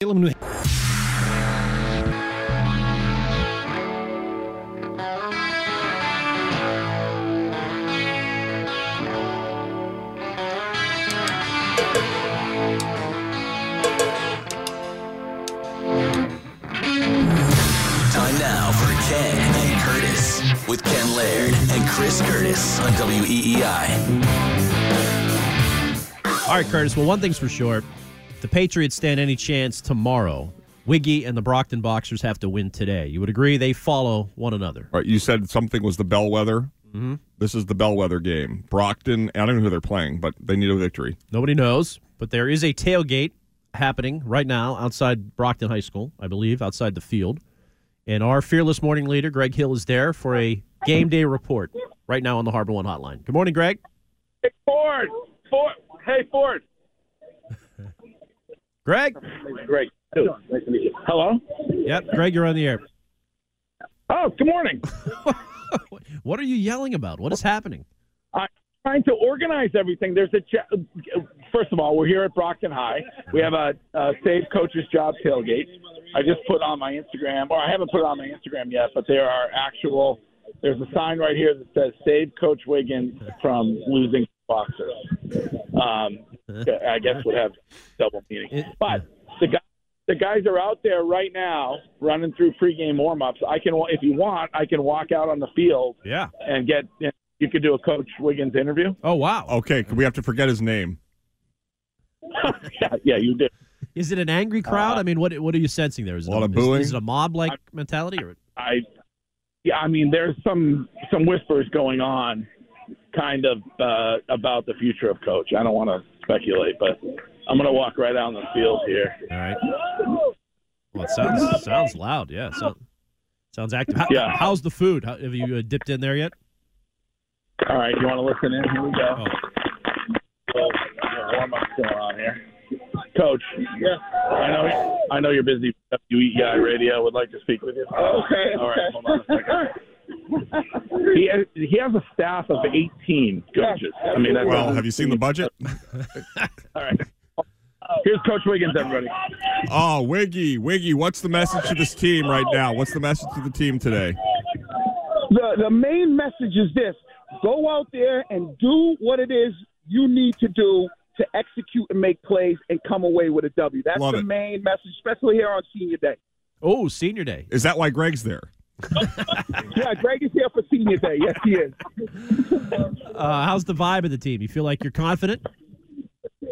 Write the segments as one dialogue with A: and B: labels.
A: Salem, New
B: Time now for Ken and Curtis with Ken Laird and Chris Curtis on E WEEI.
A: All right, Curtis. Well, one thing's for sure. If the Patriots stand any chance tomorrow, Wiggy and the Brockton Boxers have to win today. You would agree they follow one another.
C: All right, you said something was the bellwether. This is the bellwether game. Brockton, I don't know who they're playing, but they need a victory.
A: Nobody knows, but there is a tailgate happening right now outside Brockton High School, I believe, outside the field. And our fearless morning leader, Greg Hill, is there for a game day report right now on the Harbor One Hotline. Good morning, Greg.
D: Hey, Ford. Ford. Hey, Ford.
A: Greg.
D: Great. Nice to meet you. Hello.
A: Yep, Greg, you're on the air.
D: Oh, good morning.
A: What are you yelling about? What is happening?
D: I'm trying to organize everything. There's a cha- first of all, we're here at Brockton High. We have a, a Save Coaches Job tailgate. I just put on my Instagram, or I haven't put it on my Instagram yet, but there are actual. There's a sign right here that says "Save Coach Wiggins from losing boxers." Um, I guess would have double meaning, but the guy the guys are out there right now running through pregame warmups. I can, if you want, I can walk out on the field
A: Yeah.
D: and get. You could do a Coach Wiggins interview.
A: Oh, wow.
C: Okay, we have to forget his name.
D: yeah, yeah, you did.
A: Is it an angry crowd? I mean, what what are you sensing there? Is it
C: Uh, A lot of
A: is-
C: booing.
A: Is, it a mob like mentality? Or,
D: I, yeah, I mean, there's some some whispers going on, kind of uh, about the future of Coach. I don't want to speculate, but I'm gonna walk right out on the field here.
A: all right. Well, it sounds sounds loud. Yeah. So, sounds active. How,
D: Yeah.
A: How's the food? How, have you uh, dipped in there yet?
D: All right, you want to listen in? Here we go.
A: Oh,
C: Oh.
D: Well, yeah, warm up's going on here. Coach, yeah. I know I know you're busy. with WEI Radio would like to speak with you. Oh, Okay. All right, hold on a second. he has, he has a staff of 18 coaches. I mean, that's
C: Well, have you seen the budget?
D: All right. Here's Coach Wiggins, everybody.
C: Oh, Wiggy, Wiggy, what's the message to this team right now? What's the message to the team today?
E: the the main message is this: go out there and do what it is you need to do to execute and make plays and come away with a W. That's
C: Love
E: the
C: it.
E: main message, especially here on Senior Day.
A: oh senior day.
C: Is that why Greg's there?
E: Yeah, Greg is here for Senior Day. Yes, he is.
A: Uh, how's the vibe of the team? You feel like you're confident?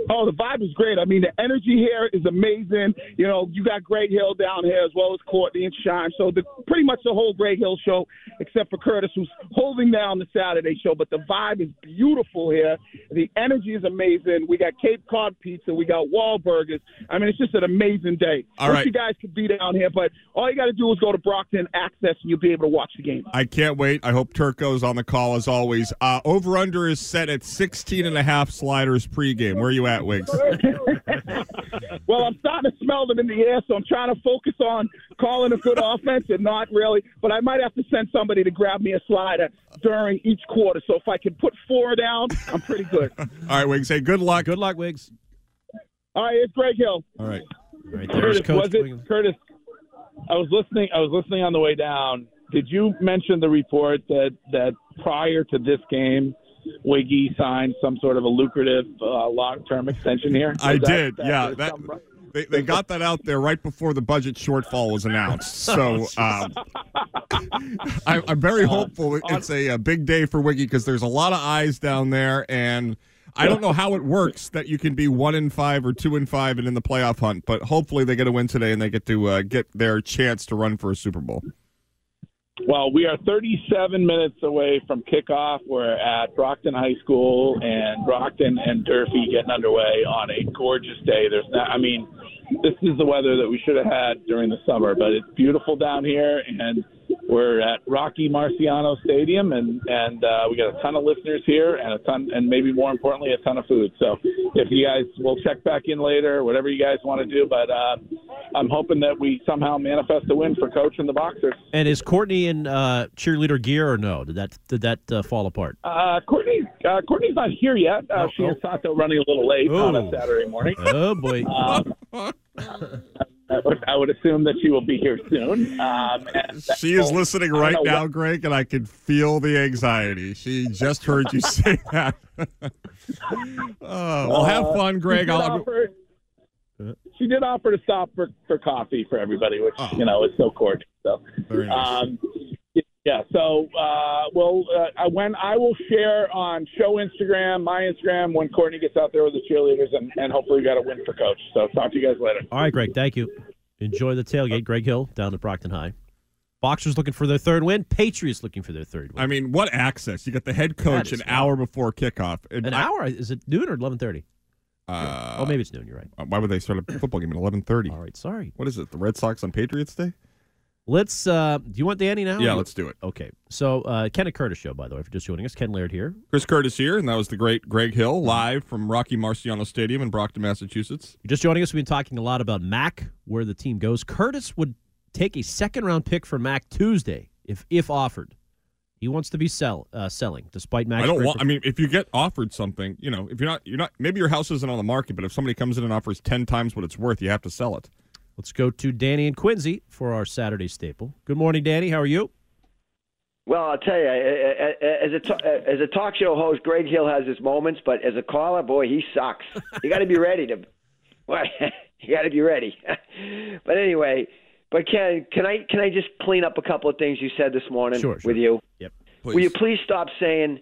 E: Oh, the vibe is great. I mean, the energy here is amazing. You know, you got Greg Hill down here as well as Courtney and Shine. So the pretty much the whole Greg Hill show, except for Curtis, who's holding down the Saturday show. But the vibe is beautiful here. The energy is amazing. We got Cape Cod pizza. We got Wahlburgers. I mean, it's just an amazing day.
C: All
E: Wish
C: right.
E: you guys could be down here, but all you got to do is go to Brockton Access, and you'll be able to watch the game.
C: I can't wait. I hope Turco's on the call as always. Uh, over under is set at 16 and a half sliders pregame. Where are you at, Wiggs?
E: Well, I'm starting to smell them in the air, so I'm trying to focus on calling a good offense and not really. But I might have to send somebody to grab me a slider during each quarter. So if I can put four down, I'm pretty good.
C: All right, Wiggs, hey, good luck.
A: Good luck, Wiggs.
E: All right, it's Greg Hill.
C: All right.
A: Right there's
D: Curtis,
A: Coach
D: was it
A: Wiggins.
D: Curtis? I was listening. I was listening on the way down. Did you mention the report that that prior to this game, Wiggy signed some sort of a lucrative uh, long-term extension here?
C: I
D: Is that-
C: did.
D: that-
C: yeah,
D: is
C: that,
D: some-
C: they, they got that out there right before the budget shortfall was announced. So um, I, I'm very
D: Uh,
C: hopeful it's a, a big day for Wiggy because there's a lot of eyes down there, and I don't know how it works that you can be one in five or two in five and in the playoff hunt. But hopefully they get a win today and they get to uh, get their chance to run for a Super Bowl.
D: Well, we are 37 minutes away from kickoff. We're at Brockton High School, and Brockton and Durfee getting underway on a gorgeous day. There's not, I mean, this is the weather that we should have had during the summer, but it's beautiful down here, and we're at Rocky Marciano Stadium, and and uh, we got a ton of listeners here, and a ton, and maybe more importantly, a ton of food. So, if you guys will check back in later, whatever you guys want to do, but uh, I'm hoping that we somehow manifest a win for Coach and the Boxers.
A: And is Courtney in uh, cheerleader gear or no? Did that did that uh, fall apart?
D: Uh, Courtney, uh, Courtney's not here yet. Uh,
A: Oh,
D: she
A: oh.
D: and Sato running a little late on
A: Ooh.
C: Uh,
D: a Saturday morning.
A: Oh boy.
D: Um, would, I would assume that she will be here soon. Um, and-
C: She is
D: so,
C: listening
D: I don't
C: right
D: know
C: now,
D: what-
C: Greg, and I can feel the anxiety. She just heard you say that. oh, well, have
D: Uh,
C: fun,
D: she
C: Greg.
D: did
C: I'll,
D: offer- she did offer to stop for, for coffee for everybody, which
C: Oh.
D: you know is so cordial. So,
C: Very nice.
D: um, yeah. So, uh, well, uh, when I will share on show Instagram, my Instagram, when Courtney gets out there with the cheerleaders, and, and hopefully we got a win for coach. So, talk to you guys later.
A: All right, Greg. Thank you. Enjoy the tailgate. Greg Hill down at Brockton High. Boxers looking for their third win. Patriots looking for their third win.
C: I mean, what access? You got the head coach
A: is
C: an hour before kickoff. And
A: An
C: I-
A: hour? Is it noon or eleven thirty?
C: Uh,
A: Oh, maybe it's noon. You're right.
C: Why would they start a football game at eleven thirty?
A: All right. Sorry.
C: What is it? The Red Sox on Patriots Day?
A: Let's. uh Do you want Danny now?
C: Yeah, let's do it.
A: Okay. So, uh Kenneth Curtis show, by the way, if you're just joining us, Ken Laird here.
C: Chris Curtis here, and that was the great Greg Hill live from Rocky Marciano Stadium in Brockton, Massachusetts.
A: You're just joining us. We've been talking a lot about Mac, where the team goes. Curtis would take a second round pick for Mac Tuesday if if offered. He wants to be sell uh, selling despite Mac.
C: I don't want. I mean, if you get offered something, you know, if you're not, you're not. Maybe your house isn't on the market, but if somebody comes in and offers ten times what it's worth, you have to sell it.
A: Let's go to Danny and Quincy for our Saturday staple. Good morning, Danny. How are you?
F: Well, I'll tell you, as a ta- as a talk show host, Greg Hill has his moments, but as a caller, boy, he sucks. You got to be ready to, well, you got to be ready. But anyway, but Ken, can I can I just clean up a couple of things you said this morning
A: Sure, sure.
F: with you?
A: Yep.
F: Will you please stop saying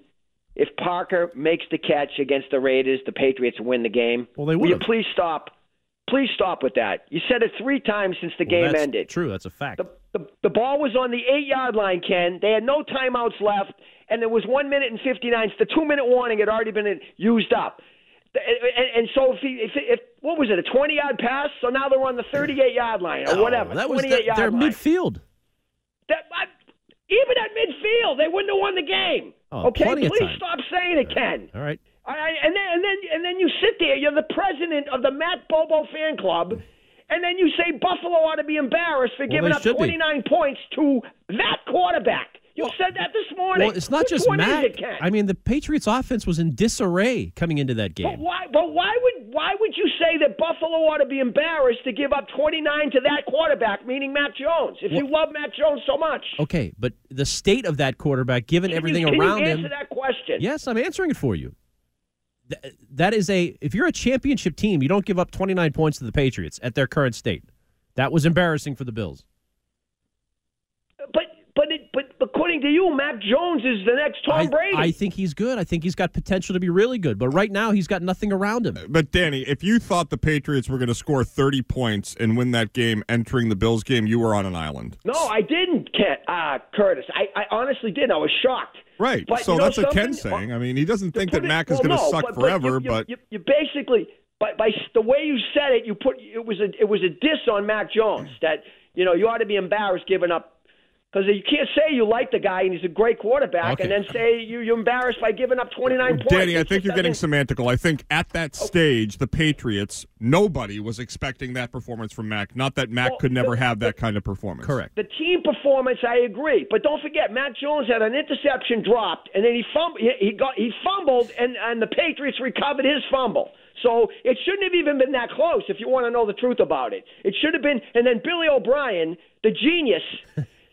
F: if Parker makes the catch against the Raiders, the Patriots win the game?
A: Well, they
F: Will you
A: would've.
F: please stop? Please stop with that. You said it three times since the
A: Well,
F: game
A: that's
F: ended.
A: True. That's a fact.
F: The, the, the ball was on the eight yard line, Ken. They had no timeouts left, and there was one minute and 59. The two minute warning had already been used up. The- And, and so, if, he, if, if what was it, a 20 yard pass? So now they're on the 38 yard line or
A: No,
F: whatever.
A: Oh, That was
F: 28
A: their,
F: yard
A: their
F: line.
A: midfield.
F: That- I- even at midfield, they wouldn't have won the game.
A: Oh,
F: okay,
A: plenty
F: please
A: of time.
F: stop saying it, Ken.
A: All right.
F: I, I- and then and then and then you sit there. You're the president of the Matt Bobo fan club, and then you say Buffalo ought to be embarrassed for giving
A: they
F: up
A: should be.
F: 29 points to that quarterback. You said that this morning.
A: Well, it's not
F: Which
A: just
F: one is
A: Mac.
F: it, Ken?
A: I mean, the Patriots' offense was in disarray coming into that
F: But
A: game.
F: why? But why would why would you say that Buffalo ought to be embarrassed to give up 29 to that quarterback, meaning Matt Jones? If you love Matt Jones so much,
A: Okay, but the state of that quarterback, given
F: Can you-
A: everything
F: can
A: around
F: you
A: him,
F: answer that question.
A: Yes, I'm answering it for you. Th- that is a if you're a championship team, you don't give up 29 points to the Patriots at their current state. That was embarrassing for the Bills.
F: But but it, but according to you, Matt Jones is the next Tom
A: I,
F: Brady.
A: I think he's good. I think he's got potential to be really good, but right now he's got nothing around him.
C: But Danny, if you thought the Patriots were going to score thirty points and win that game, entering the Bills game, you were on an island.
F: No, I didn't, Ken, uh, Curtis. I, I honestly did. I was shocked.
C: Right.
F: But
C: so
F: you know
C: that's what Ken's
F: something?
C: saying. I mean, he doesn't think
F: Put
C: that
F: it-
C: Mac is
F: well,
C: going to
F: no,
C: suck
F: but- but you-
C: forever,
F: you,
C: but
F: you, you basically by, by s- the way you said it, you put it was a it was a diss on Mac Jones that you know you ought to be embarrassed giving up because you can't say you like the guy and he's a great quarterback and
C: Okay.
F: then say you, you're embarrassed by giving up 29 points.
C: Danny, I
F: It
C: think
F: just
C: you're getting
F: doesn't-
C: semantical. I think at that stage, the Patriots, nobody was expecting that performance from Mac. Not that Mac
F: Well,
C: could never
F: but-
C: have that kind of performance.
A: Correct.
F: The team performance, I agree, but don't forget Matt Jones had an interception dropped, and then he fumbled. He got he fumbled, and and the Patriots recovered his fumble. So it shouldn't have even been that close. If you want to know the truth about it, it should have been. And then Billy O'Brien, the genius,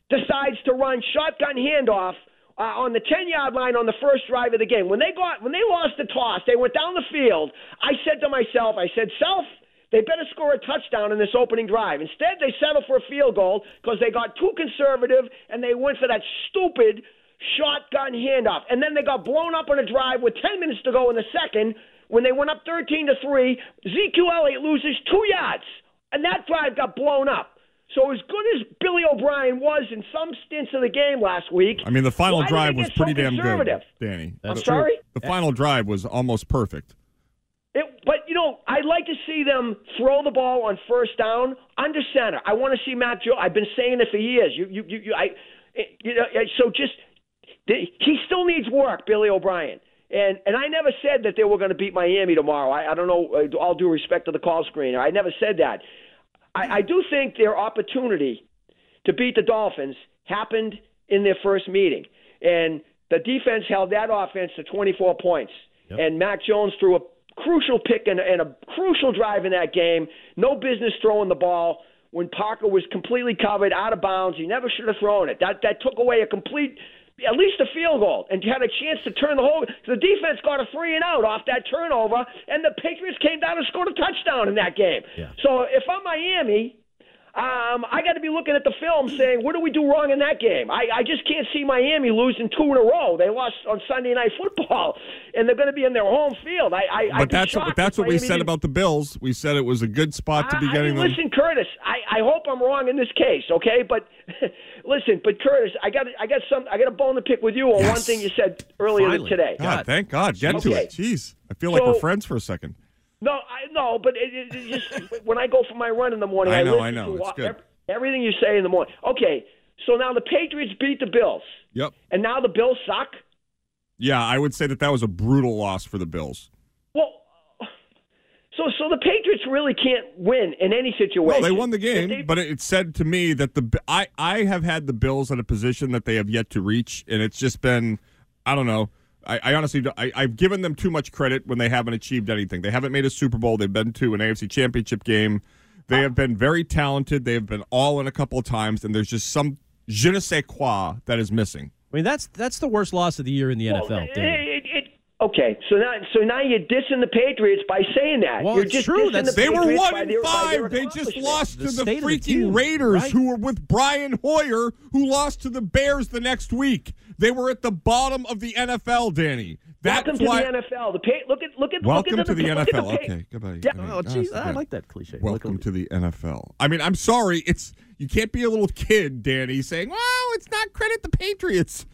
F: decides to run shotgun handoff. Uh, on the 10 yard line on the first drive of the game. When they got when they lost the toss, they went down the field. I said to myself, I said, "Self, they better score a touchdown in this opening drive. Instead, they settled for a field goal because they got too conservative and they went for that stupid shotgun handoff. And then they got blown up on a drive with 10 minutes to go in the second when they went up 13 to 3. Ezekiel Elliott loses two yards, and that drive got blown up. So, as good as Billy O'Brien was in some stints of the game last week,
C: I mean, the final
F: why did
C: drive
F: they
C: was
F: get so
C: pretty damn good,
F: conservative?
C: Danny.
F: I'm
C: The-
F: sorry?
C: The final drive was almost perfect.
F: It, but you know, I like to see them throw the ball on first down under center. I want to see Matt Jones. I've been saying it for years. You, you, you, you I, you know, so just he still needs work, Billy O'Brien. And and I never said that they were going to beat Miami tomorrow. I, I don't know. uh, All due respect to the call screener, I never said that. I, I do think their opportunity to beat the Dolphins happened in their first meeting. And the defense held that offense to 24 points. And Mac Jones threw a crucial pick and, and a crucial drive in that game. No business throwing the ball when Parker was completely covered, out of bounds. He never should have thrown it. That that took away a complete, at least a field goal, and had a chance to turn the whole. The defense got a three and out off that turnover, and the Patriots came down and scored a touchdown in that game.
A: Yeah.
F: So if I'm Miami, um, I got to be looking at the film saying, what did we do wrong in that game? I, I just can't see Miami losing two in a row. They lost on Sunday Night Football, and they're going to be in their home field. I, I, I'd
C: But
F: be
C: that's
F: shocked
C: what, that's
F: if
C: what we
F: Miami
C: said
F: didn't-
C: about the Bills. We said it was a good spot to be
F: I-
C: getting
F: I
C: them.
F: mean, Listen, Curtis, I, I hope I'm wrong in this case, okay? But listen, but Curtis, I got I got some I got a bone to pick with you on one
C: Yes.
F: thing you said earlier
A: Finally.
F: today.
C: God, thank God. Get to
F: Okay.
C: it. Jeez. I feel like
F: So-
C: we're friends for a second.
F: No, I no, but it, it, it just when I go for my run in the morning,
C: I
F: I,
C: know,
F: listen
C: I know.
F: to
C: It's
F: all-
C: good.
F: ev- everything you say in the morning. Okay, so now the Patriots beat the Bills,
C: Yep.
F: and now the Bills suck.
C: Yeah, I would say that that was a brutal loss for the Bills.
F: Well, so so the Patriots really can't win in any
C: Well,
F: situation.
C: they won the
F: If they-
C: game, but it said to me that the I I have had the Bills at a position that they have yet to reach, and it's just been I don't know. I, I honestly don't- I, I've given them too much credit when they haven't achieved anything. They haven't made a Super Bowl. They've been to an AFC Championship game. They have been very talented. They have been all in a couple of times, and there's just some je ne sais quoi that is missing.
A: I mean, that's that's the worst loss of the year in the
F: Well,
A: NFL.
F: it-
A: David.
F: it- it- okay, so now so now you're dissing the Patriots by saying that.
A: Well,
F: you're
A: it's
F: just
A: true.
F: dissing
A: That's-
F: the
C: They were
F: Patriots
C: one
F: by
C: and
F: their- by their
C: five. They just
F: accomplishment.
C: lost
A: The
C: to the
A: state of the
C: freaking
A: team,
C: Raiders,
A: right?
C: who were with Brian Hoyer, who lost to the Bears the next week. They were at the bottom of the NFL, Danny. That's
F: Welcome
C: why.
F: to the NFL. The pa- look at look at
C: Welcome
F: look
C: to
F: at
C: the
F: look at
C: NFL.
F: pa-
C: okay, goodbye.
F: Yeah,
C: mean,
A: Oh, geez,
C: honestly,
A: I
C: God.
A: like that cliche.
C: Welcome to the NFL. I mean, I'm sorry. It's you can't be a little kid, Danny, saying, "Well, it's not credit the Patriots."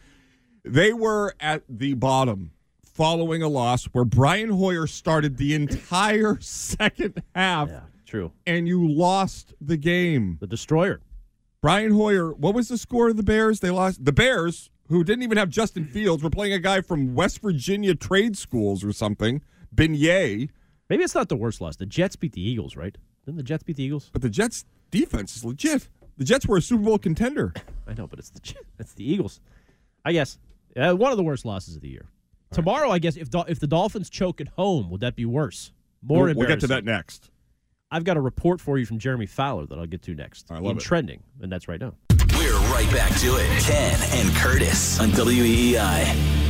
C: They were at the bottom following a loss where Brian Hoyer started the entire second half
A: Yeah, true.
C: and you lost the game.
A: The destroyer.
C: Brian Hoyer, what was the score of the Bears? They lost the Bears, who didn't even have Justin Fields, were playing a guy from West Virginia trade schools or something, Beignet.
A: Maybe it's not the worst loss. The Jets beat the Eagles, right? Didn't the Jets beat the Eagles?
C: But the Jets defense is legit. The Jets were a Super Bowl contender.
A: I know, but it's the Jets- it's the Eagles. I guess uh, one of the worst losses of the year. Tomorrow, I guess if Dol- if the Dolphins choke at home, would that be worse? More
C: we'll, we'll get to
A: embarrassing.
C: that next.
A: I've got a report for you from Jeremy Fowler that I'll get to next.
C: I love
A: in
C: it.
A: trending, and that's right now.
B: We're right back to it. Ken and Curtis on E WEEI.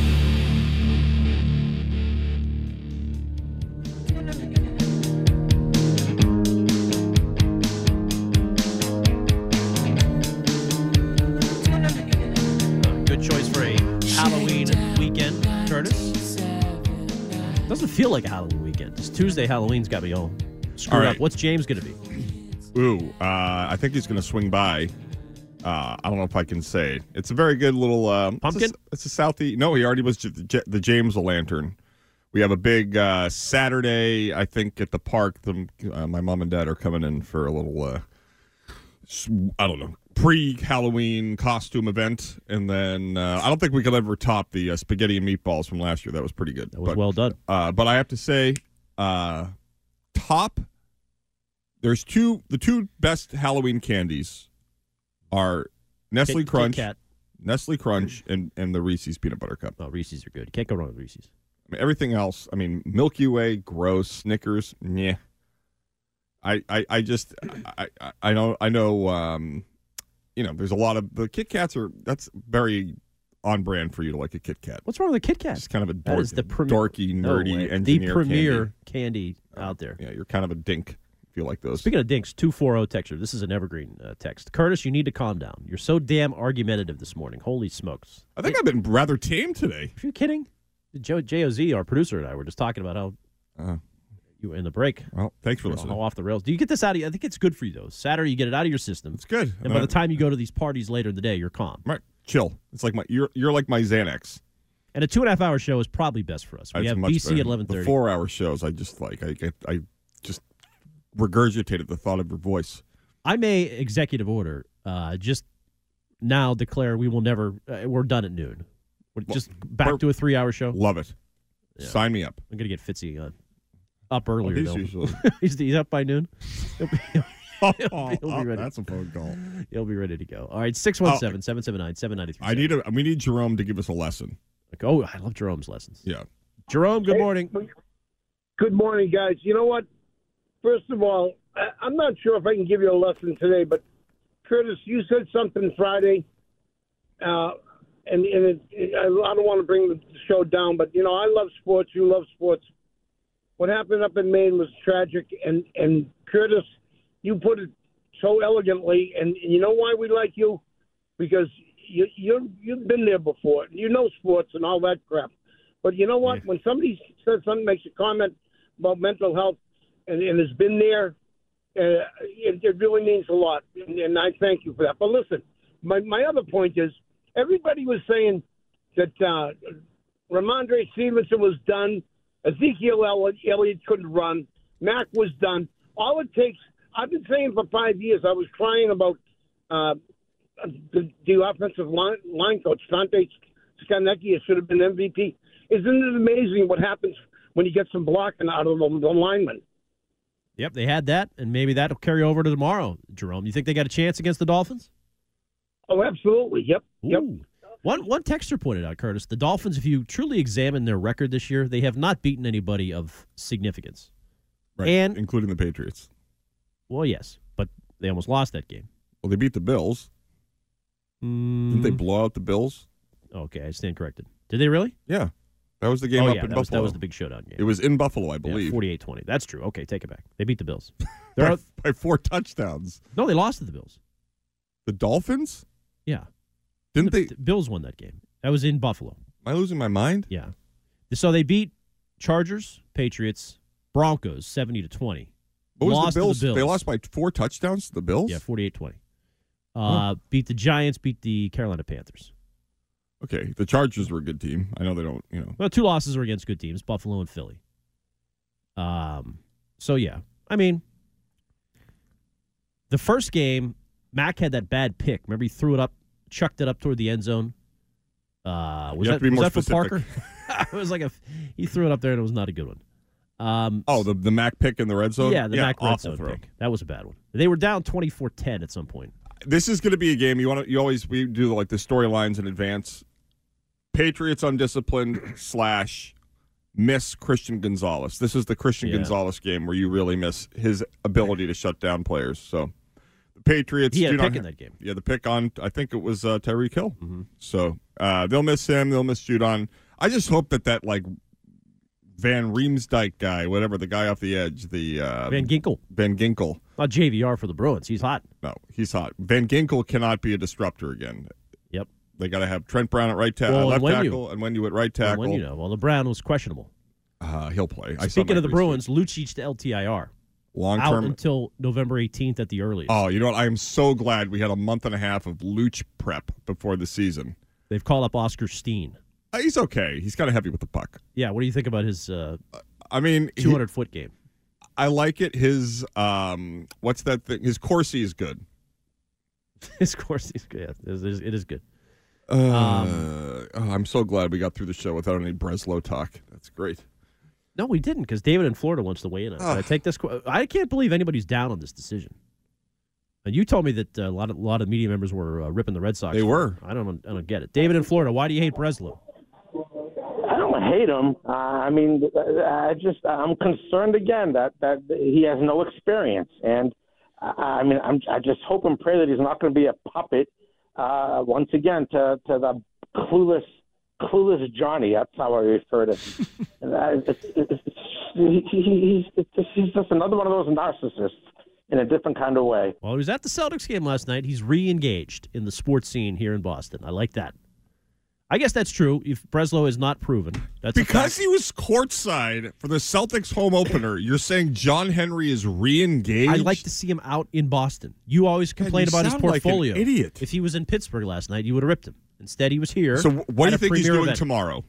A: Good choice for a Halloween weekend, Curtis. Doesn't feel like a Halloween weekend. It's Tuesday. Halloween's got me all screwed
C: All right.
A: up. What's James going to be?
C: Ooh, uh, I think he's going to swing by. Uh, I don't know if I can say it. It's a very good little um, it's a-
A: Pumpkin?
C: It's a, southie. No, he already was j- the, J- the James Lantern. We have a big uh, Saturday, I think, at the park. The, uh, my mom and dad are coming in for a little, uh, s- I don't know, pre Halloween costume event. And then uh, I don't think we could ever top the uh, spaghetti and meatballs from last year. That was pretty good.
A: That was
C: But-
A: well done.
C: uh, but I have to say, uh, top. There's two. The two best Halloween candies are Nestle
A: Kit- Kit
C: Crunch,
A: Kat.
C: Nestle Crunch, and and the Reese's Peanut Butter Cup.
A: Oh, Reese's are good. Can't go wrong with Reese's.
C: I mean, everything else, I mean, Milky Way, gross. Snickers, yeah. I, I, I just I, I, I know I know um, you know there's a lot of the Kit Kats are that's very on brand for you to like a Kit Kat.
A: What's wrong with a Kit Kat?
C: It's kind of a
A: That
C: dork-
A: is the premier-
C: dorky,
A: No
C: nerdy,
A: way.
C: and
A: the premier candy, out there.
C: yeah, you're kind of a dink if you like those.
A: Speaking of dinks, 240 texture. This is an evergreen uh, text. Curtis, you need to calm down. You're so damn argumentative this morning. Holy smokes.
C: I think I've been rather tame today.
A: Are you kidding? Joe JOZ, our producer, and I were just talking about how
C: Uh,
A: you were in the break.
C: well, thanks for
A: you know, How
C: listening.
A: off the rails. Do you get this out of you? I think it's good for you, though. Saturday, you get it out of your system.
C: It's good.
A: And by the time you go to these parties later in the day, you're calm.
C: right, chill. It's like my you're you're like my Xanax.
A: And a two and a half hour show is probably best for us. We
C: It's
A: have
C: much
A: BC
C: better.
A: at eleven
C: The
A: thirty.
C: four hour shows, I just like I get I just regurgitated the thought of your voice.
A: I may executive order uh, just now declare we will never. Uh, we're done at noon. We're
C: Well,
A: just back
C: we're-
A: to a three hour show.
C: Love it.
A: Yeah.
C: Sign me up.
A: I'm gonna get Fitzy on up earlier
C: Oh, He's
A: though.
C: usually-
A: he's, he's up by noon. He'll be,
C: oh,
A: he'll be ready.
C: that's a phone call.
A: he'll be ready to go. All right, 617 779
C: I
A: 7937.
C: need a we need Jerome to give us a lesson.
A: Oh, I love Jerome's lessons.
C: Yeah.
A: Jerome, good morning.
E: Good morning, guys. You know what? First of all,
G: I- I'm not sure if I can give you a lesson today, but Curtis, you said something Friday, uh, and, and it, it, I, I don't want to bring the show down, but you know I love sports. You love sports. What happened up in Maine was tragic, and and Curtis, you put it so elegantly, and you know why we like you, because you you you've been there before. You know sports and all that crap, but you know what? When somebody says something, makes a comment about mental health, and, and has been there uh, it, it really means a lot, and, and I thank you for that. But listen, my, my other point is everybody was saying that uh, Ramondre Stevenson was done, Ezekiel Elliott, Elliott couldn't run, Mac was done. All it takes, I've been saying for five years, I was crying about uh, the, the offensive line, line coach, Dante Scarnecchia, should have been MVP. Isn't it amazing what happens when you get some blocking out of the, the lineman?
A: Yep, they had that, and maybe that'll carry over to tomorrow, Jerome. You think they got a chance against the Dolphins?
G: Oh, absolutely. Yep. Yep.
A: Ooh. One one texture pointed out, Curtis, the Dolphins, if you truly examine their record this year, they have not beaten anybody of significance.
C: Right,
A: And-
C: including the Patriots.
A: Well, yes, but they almost lost that game.
C: Well, they beat the Bills. Didn't
A: Mm-hmm.
C: they blow out the Bills?
A: Okay, I stand corrected. Did they really?
C: Yeah, that was the game
A: oh,
C: up
A: yeah,
C: in
A: that
C: Buffalo.
A: was, that was the big showdown
C: It
A: game.
C: was in Buffalo, I
A: Yeah,
C: believe,
A: 48-20. That's true. Okay, take it back. They beat the Bills. They're
C: by,
A: out-
C: by four touchdowns.
A: no, they lost to the Bills.
C: The Dolphins?
A: Yeah.
C: Didn't
A: the,
C: they?
A: the Bills won that game. That was in Buffalo.
C: Am I losing my mind?
A: Yeah. So they beat Chargers, Patriots, Broncos 70 to 20.
C: What was
A: lost
C: the,
A: to
C: Bills?
A: the Bills.
C: They lost by four touchdowns to the Bills.
A: Yeah, 48-20. Uh, beat the Giants, beat the Carolina Panthers.
C: Okay, the Chargers were a good team. I know they don't. You know,
A: Well, two losses were against good teams, Buffalo and Philly. Um, so yeah. I mean, the first game, Mac had that bad pick. Remember he threw it up, chucked it up toward the end zone. Uh, was
C: You
A: that,
C: have to be
A: was
C: more
A: that for Parker?
C: specific.
A: it was like a he threw it up there and it was not a good one. Um,
C: oh, the the Mac pick in the red zone.
A: yeah, the Mac red
C: awful
A: zone
C: throw.
A: pick. That was a bad one. They were down 24-10 at some point.
C: This is going to be a game you want to. You always we do like the storylines in advance. Patriots undisciplined slash miss Christian Gonzalez. This is the Christian
A: Yeah.
C: Gonzalez game where you really miss his ability to shut down players. So the Patriots
A: He had
C: do
A: a
C: not
A: pick in
C: ha-
A: that game. Mm-hmm.
C: Yeah, the pick on I think it was uh, Tyreek Hill. So uh, they'll miss him. They'll miss Judon. I just hope that that like Van Riemsdyk guy, whatever the guy off the edge, the uh,
A: Van Ginkel,
C: Van Ginkel.
A: not JVR for the Bruins. He's hot.
C: No, he's hot. Van Ginkel cannot be a disruptor again.
A: Yep.
C: They got to have Trent Brown at right ta- uh,
A: Well,
C: left
A: and Wenyu.
C: tackle, and when you at right
A: Well,
C: tackle,
A: When you know, well, the Brown was questionable.
C: uh, he'll play. I saw
A: Speaking
C: my
A: of the Bruins,
C: research.
A: Lucic to LTIR
C: long
A: out
C: term.
A: until November 18th at the earliest.
C: Oh, you know what? I am so glad we had a month and a half of Luch prep before the season.
A: They've called up Oscar Steen.
C: Uh, he's okay. He's kind of heavy with the puck.
A: Yeah, what do you think about his uh,
C: I mean, he-
A: 200 foot game?
C: I like it. His um, what's that thing? His Corsi is good.
A: His course is good. Yeah, it is- it is good.
C: Uh,
A: Um,
C: oh, I'm so glad we got through the show without any Breslow talk. That's great.
A: No, we didn't because David in Florida wants to weigh in on it. But I
C: Ugh.
A: take this. qu- I can't believe anybody's down on this decision. And you told me that uh, a lot of a lot of media members were uh, ripping the Red Sox.
C: They
A: for
C: were.
A: it. I don't. I don't get it. David in Florida. Why do you hate Breslow?
G: I don't hate him. Uh, I mean, I just I'm concerned again that that he has no experience, and uh, I I mean, I'm I just hope and pray that he's not going to be a puppet uh, once again to to the clueless clueless Johnny. That's how I refer to. him. And I- it's, it's, it's, he, he, he's, it's, he's just another one of those narcissists in a different kind of way.
A: Well, he was at the Celtics game last night. He's re-engaged in the sports scene here in Boston. I like that. I guess that's true. If Breslow is not proven, that's a
C: Because
A: fact.
C: he was courtside for the Celtics home opener, you're saying John Henry is re-engaged?
A: I'd like to see him out in Boston. You always complain
C: you
A: about his
C: sound like an
A: portfolio.
C: idiot.
A: If he was in Pittsburgh last night, you would have ripped him. Instead, he was here.
C: So, wh- what do
A: at
C: you
A: a
C: think he's
A: premier
C: doing
A: event,
C: tomorrow?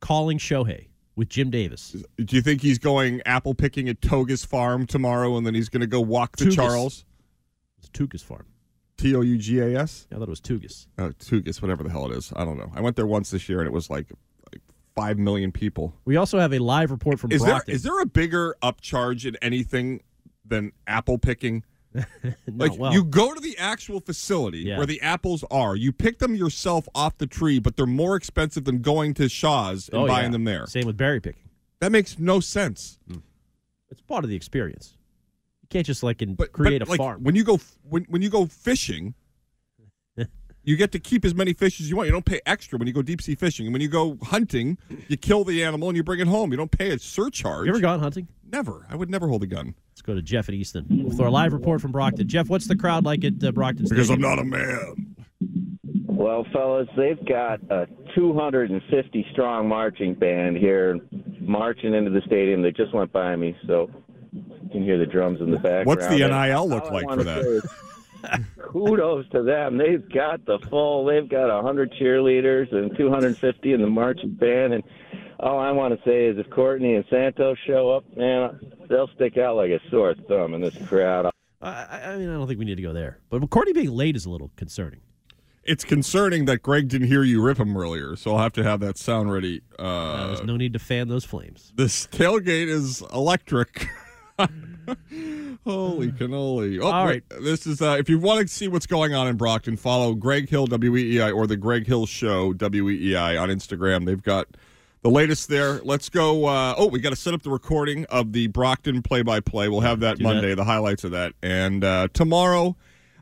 A: Calling Shohei with Jim Davis.
C: Do you think he's going apple picking at Toga's farm tomorrow, and then he's going to go walk to
A: Tugas.
C: Charles?
A: It's Tugas farm.
C: T o u g a s.
A: I thought it was Tugas.
C: Oh, Tugas, whatever the hell it is. I don't know. I went there once this year, and it was like, like five million people.
A: We also have a live report from
C: Is there
A: Brockton.
C: is there a bigger upcharge in anything than apple picking?
A: No,
C: Like
A: well,
C: you go to the actual facility
A: Yeah.
C: where the apples are, you pick them yourself off the tree, but they're more expensive than going to Shaw's and
A: oh,
C: buying
A: yeah.
C: them there.
A: Same with berry picking.
C: That makes no sense.
A: It's part of the experience. You can't just like in,
C: But
A: create
C: but,
A: a
C: like,
A: farm.
C: When you go f- when when you go fishing, you get to keep as many fish as you want. You don't pay extra when you go deep sea fishing. And when you go hunting, you kill the animal and you bring it home. You don't pay a surcharge.
A: you ever gone hunting?
C: never. I would never hold a gun
A: Let's go to Jeff at Easton with our live report from Brockton. Jeff, what's the crowd like at uh, Brockton
C: because I'm
A: Stadium?
C: not a man.
H: Well, fellas, they've got a 250 strong marching band here marching into the stadium. They just went by me, so you can hear the drums in the background.
C: What's the
H: And
C: NIL look
H: all I
C: like for
H: wanna
C: that?
H: say is Kudos to them. They've got the full. They've got 100 cheerleaders and 250 in the marching band. And all I want to say is, if Courtney and Santos show up, man, they'll stick out like a sore thumb in this crowd.
A: I, I- I mean, I don't think we need to go there. But Courtney being late is a little concerning.
C: It's concerning that Greg didn't hear you rip him earlier, so I'll have to have that sound ready.
A: Uh,
C: Uh,
A: there's no need to fan those flames.
C: this tailgate is electric. Holy cannoli. Oh,
A: Hmm. All
C: wait, This is, uh, if you want to see what's going on in Brockton, follow Greg Hill, WEEI, or The Greg Hill Show, WEEI, on Instagram. They've got the latest there. Let's go. Uh, oh, we got to set up the recording of the Brockton play by play. We'll have that
A: Do that.
C: Monday, the highlights of that. And uh, tomorrow,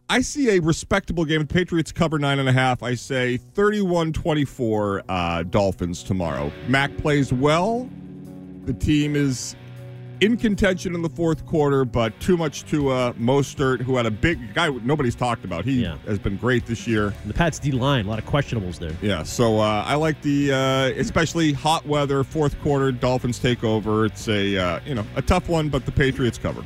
C: I see a respectable game. The Patriots cover nine and a half. I say 31 24 uh, Dolphins tomorrow. Mac plays well. The team is in contention in the fourth quarter, but too much to uh, Mostert, who had a big guy nobody's talked about. He
A: Yeah.
C: has been great this year.
A: And the Pats D line, a lot of questionables there.
C: Yeah, so uh, I like the uh, especially hot weather fourth quarter Dolphins take over. It's a uh, you know a tough one, but the Patriots cover.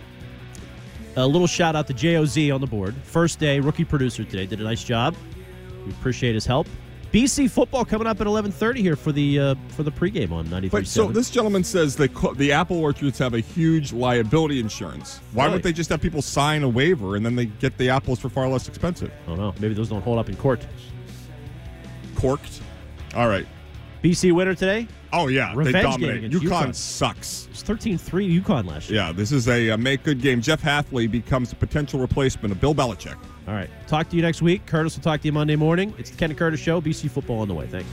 A: A little shout out to JOZ on the board. First day, rookie producer today. Did a nice job. We appreciate his help. BC football coming up at 11:30 here for the uh, for the pregame on 93.7.
C: But so this gentleman says the co- the apple orchards have a huge liability insurance. Why
A: Really?
C: would they just have people sign a waiver and then they get the apples for far less expensive?
A: I don't know. Maybe those don't hold up in court.
C: Corked. All right.
A: BC winner today.
C: Oh yeah,
A: Revenge
C: they
A: game
C: dominate.
A: against
C: UConn
A: UConn.
C: sucks.
A: It's 13-3 UConn last year.
C: Yeah, this is a, uh make good game. Jeff Halfley becomes a potential replacement of Bill Belichick.
A: All right. Talk to you next week. Curtis will talk to you Monday morning. It's the Ken and Curtis Show. BC football on the way. Thanks.